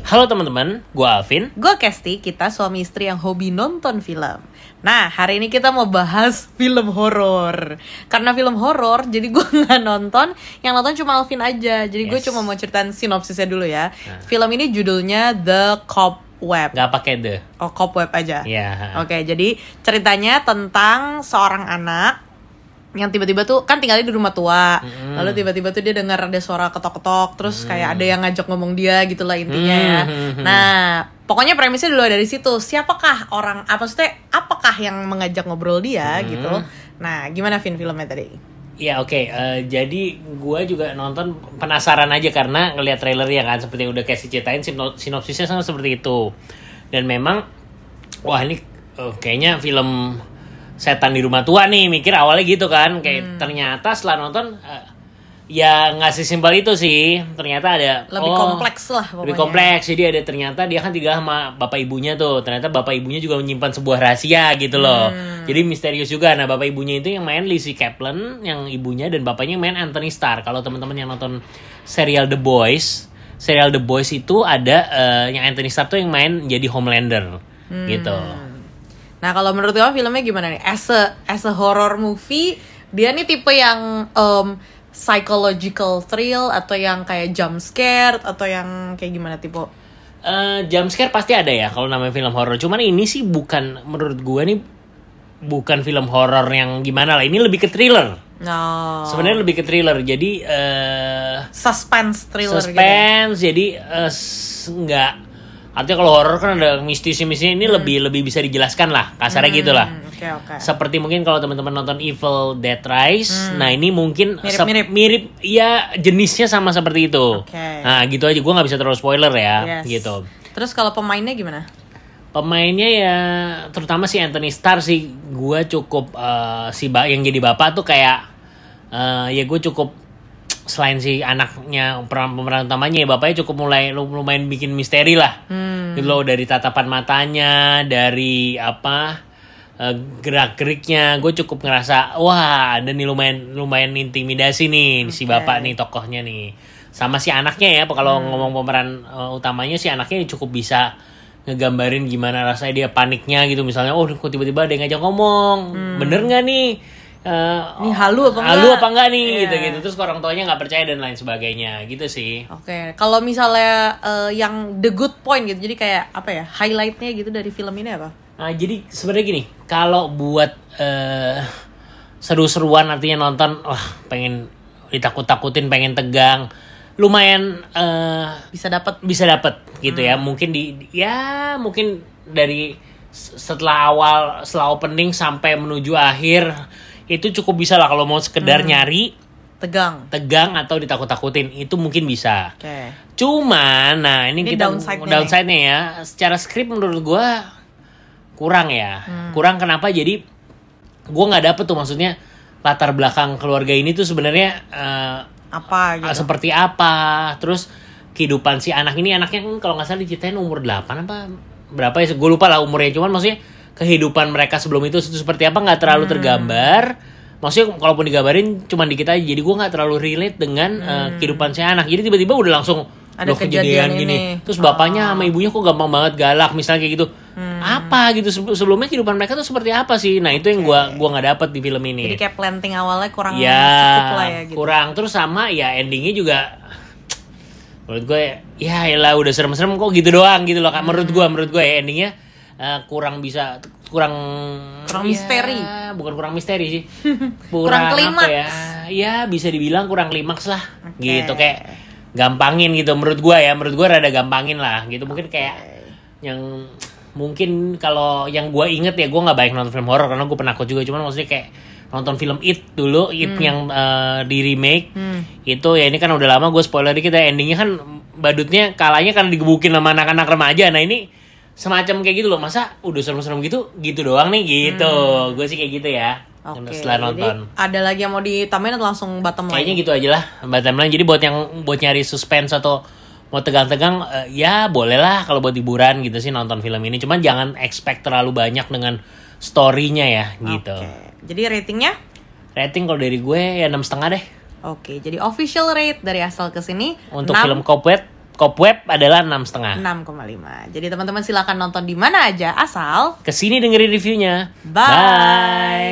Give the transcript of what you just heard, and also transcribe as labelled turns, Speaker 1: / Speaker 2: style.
Speaker 1: Halo teman-teman, gue Alvin.
Speaker 2: Gue Kesti, kita suami istri yang hobi nonton film. Nah, hari ini kita mau bahas film horor. Karena film horor, jadi gue nggak nonton. Yang nonton cuma Alvin aja. Jadi gue
Speaker 1: Yes.
Speaker 2: cuma mau ceritain sinopsisnya dulu ya. Film ini judulnya The Cobweb.
Speaker 1: Gak pakai the.
Speaker 2: Oh, Cobweb aja.
Speaker 1: Ya.
Speaker 2: Oke, jadi ceritanya tentang seorang anak yang tiba-tiba tuh kan tinggalnya di rumah tua.
Speaker 1: Mm.
Speaker 2: Lalu tiba-tiba tuh dia dengar ada suara ketok-ketok, terus kayak ada yang ngajak ngomong dia gitu lah intinya ya.
Speaker 1: Mm.
Speaker 2: Nah, pokoknya premisnya dulu dari situ. Siapakah orang apa maksudnya apakah yang mengajak ngobrol dia
Speaker 1: Mm.
Speaker 2: gitu. Nah, gimana Vin filmnya tadi?
Speaker 1: Ya oke. eh, jadi gue juga nonton penasaran aja karena ngelihat trailer ya kan seperti yang udah kasih ceritain sino- sinopsisnya sama seperti itu. Dan memang wah ini eh, kayaknya film setan di rumah tua nih mikir awalnya gitu kan
Speaker 2: Hmm.
Speaker 1: kayak ternyata setelah nonton eh, ya nggak sesimpel itu sih ternyata ada
Speaker 2: Lebih
Speaker 1: oh,
Speaker 2: kompleks lah pokoknya.
Speaker 1: Lebih kompleks, jadi ada ternyata dia kan tinggal sama bapak ibunya tuh. Ternyata bapak ibunya juga menyimpan sebuah rahasia gitu loh. Jadi misterius juga. Nah bapak ibunya itu yang main Lizzie Kaplan, yang ibunya dan bapaknya yang main Anthony Starr. Kalau teman-teman yang nonton serial The Boys, serial The Boys itu ada eh, yang Anthony Starr tuh yang main jadi Homelander gitu.
Speaker 2: Nah, kalau menurut kamu filmnya gimana nih? As a, as a horror movie, dia nih tipe yang um, psychological thrill atau yang kayak jump scare atau yang kayak gimana tipe?
Speaker 1: eh jump scare pasti ada ya kalau namanya film horor. Cuman ini sih bukan menurut gua nih bukan film horor yang gimana lah. Ini lebih ke thriller.
Speaker 2: No.
Speaker 1: Sebenarnya lebih ke thriller. Jadi eh
Speaker 2: suspense Oh. thriller gitu.
Speaker 1: suspense. Jadi eh, s- nggak artinya kalau horor kan ada mistis-mistisnya ini lebih lebih bisa dijelaskan lah. Kasarnya gitu lah.
Speaker 2: Hmm, Oke, oke.
Speaker 1: Seperti mungkin kalau teman-teman nonton Evil Dead Rise,
Speaker 2: Hmm.
Speaker 1: nah ini mungkin
Speaker 2: Mirip,
Speaker 1: sep-
Speaker 2: mirip.
Speaker 1: mirip ya jenisnya sama seperti itu.
Speaker 2: Oke.
Speaker 1: Nah, gitu aja gua nggak bisa terlalu spoiler ya,
Speaker 2: Yes.
Speaker 1: gitu.
Speaker 2: Terus kalau pemainnya gimana?
Speaker 1: Pemainnya ya terutama si Anthony Starr sih gue cukup eh, si ba- yang jadi bapak tuh kayak eh, ya gue cukup selain si anaknya peran pemeran utamanya ya bapaknya cukup mulai lu- lumayan bikin misteri lah
Speaker 2: Hmm,
Speaker 1: gitu loh dari tatapan matanya dari apa gerak geriknya gue cukup ngerasa wah ada nih lumayan lumayan intimidasi nih si
Speaker 2: Oke. Hmm.
Speaker 1: bapak nih tokohnya nih sama si anaknya ya kalau ngomong pemeran eh, utamanya si anaknya cukup bisa ngegambarin gimana rasanya dia paniknya gitu misalnya oh kok tiba-tiba ada yang ngajak ngomong bener nggak nih Eh,
Speaker 2: Ini halu Hmm. apa
Speaker 1: halu
Speaker 2: enggak?
Speaker 1: apa enggak nih
Speaker 2: Iya.
Speaker 1: gitu gitu terus orang tuanya nggak percaya dan lain sebagainya gitu sih
Speaker 2: Oke, kalau misalnya eh, yang the good point gitu, jadi kayak apa ya highlightnya gitu dari film ini apa?
Speaker 1: Nah, jadi sebenarnya gini, kalau buat eh, seru-seruan artinya nonton, wah pengen ditakut-takutin, pengen tegang, lumayan eh,
Speaker 2: Bisa dapat
Speaker 1: bisa dapet gitu ya. Mungkin di di- ya mungkin dari se- setelah awal, setelah opening sampai menuju akhir itu cukup bisa lah kalau mau sekedar nyari
Speaker 2: tegang.
Speaker 1: tegang atau ditakut-takutin itu mungkin bisa.
Speaker 2: Oke.
Speaker 1: Cuman, nah ini,
Speaker 2: Ini
Speaker 1: kita
Speaker 2: downside-nya nih.
Speaker 1: downside-nya ya. Secara skrip menurut gua kurang ya.
Speaker 2: Hmm.
Speaker 1: Kurang kenapa? Jadi gua nggak dapet tuh maksudnya latar belakang keluarga ini tuh sebenarnya eh,
Speaker 2: Apa gitu?
Speaker 1: seperti apa. Terus kehidupan si anak ini anaknya kan kalau nggak salah diceritain umur 8 apa berapa ya? Gue lupa lah umurnya. Cuman maksudnya kehidupan mereka sebelum itu itu seperti apa nggak terlalu
Speaker 2: Hmm.
Speaker 1: tergambar. Maksudnya kalaupun digambarin cuman dikit aja. Jadi gua nggak terlalu relate dengan eh, kehidupan si anak. Jadi tiba-tiba udah langsung
Speaker 2: Hmm.
Speaker 1: "Loh,
Speaker 2: Ada
Speaker 1: kejadian,
Speaker 2: kejadian
Speaker 1: gini.
Speaker 2: ini." Oh.
Speaker 1: Terus bapaknya sama ibunya kok gampang banget galak misalnya kayak gitu.
Speaker 2: Hmm.
Speaker 1: Apa gitu Sebelum- sebelumnya kehidupan mereka tuh seperti apa sih? Nah, itu yang gua gua nggak dapet di film ini
Speaker 2: Jadi kayak planting awalnya kurang
Speaker 1: ya,
Speaker 2: cukup lah ya gitu.
Speaker 1: kurang terus sama ya endingnya juga menurut gue ya elah udah serem-serem kok gitu doang gitu loh Kak. menurut
Speaker 2: Hmm.
Speaker 1: gue menurut gue ya endingnya eh, kurang bisa kurang
Speaker 2: Kurang
Speaker 1: ya,
Speaker 2: misteri.
Speaker 1: bukan kurang misteri sih kurang,
Speaker 2: Kurang
Speaker 1: apa
Speaker 2: klimaks.
Speaker 1: ya ya bisa dibilang kurang klimaks lah
Speaker 2: Oke.
Speaker 1: gitu kayak gampangin gitu menurut gue ya menurut gue rada gampangin lah gitu mungkin kayak yang mungkin kalau yang gue inget ya gue nggak baik nonton film horor karena gue penakut juga cuman maksudnya kayak nonton film It dulu It
Speaker 2: Hmm.
Speaker 1: yang eh, di remake itu ya ini kan udah lama gue spoiler dikit ya endingnya kan badutnya kalanya karena digebukin sama anak-anak remaja nah ini semacam kayak gitu loh masa udah serem-serem gitu gitu doang nih gitu gue sih kayak gitu ya
Speaker 2: Hmm. Oke.
Speaker 1: setelah
Speaker 2: jadi
Speaker 1: nonton
Speaker 2: ada lagi yang mau ditambahin atau langsung bottom line?
Speaker 1: kayaknya gitu aja lah mbak timeline jadi buat yang buat nyari suspense atau mau tegang-tegang eh, ya bolehlah kalau buat hiburan gitu sih nonton film ini cuman jangan expect terlalu banyak dengan storynya ya gitu
Speaker 2: Oke. Jadi ratingnya?
Speaker 1: rating kalau dari gue ya enam setengah deh
Speaker 2: Oke, jadi official rate dari asal ke sini
Speaker 1: untuk film
Speaker 2: enam-
Speaker 1: Cobweb Kopweb adalah enam setengah.
Speaker 2: 6,5. Jadi teman-teman silakan nonton di mana aja asal
Speaker 1: Kesini dengerin reviewnya.
Speaker 2: bye.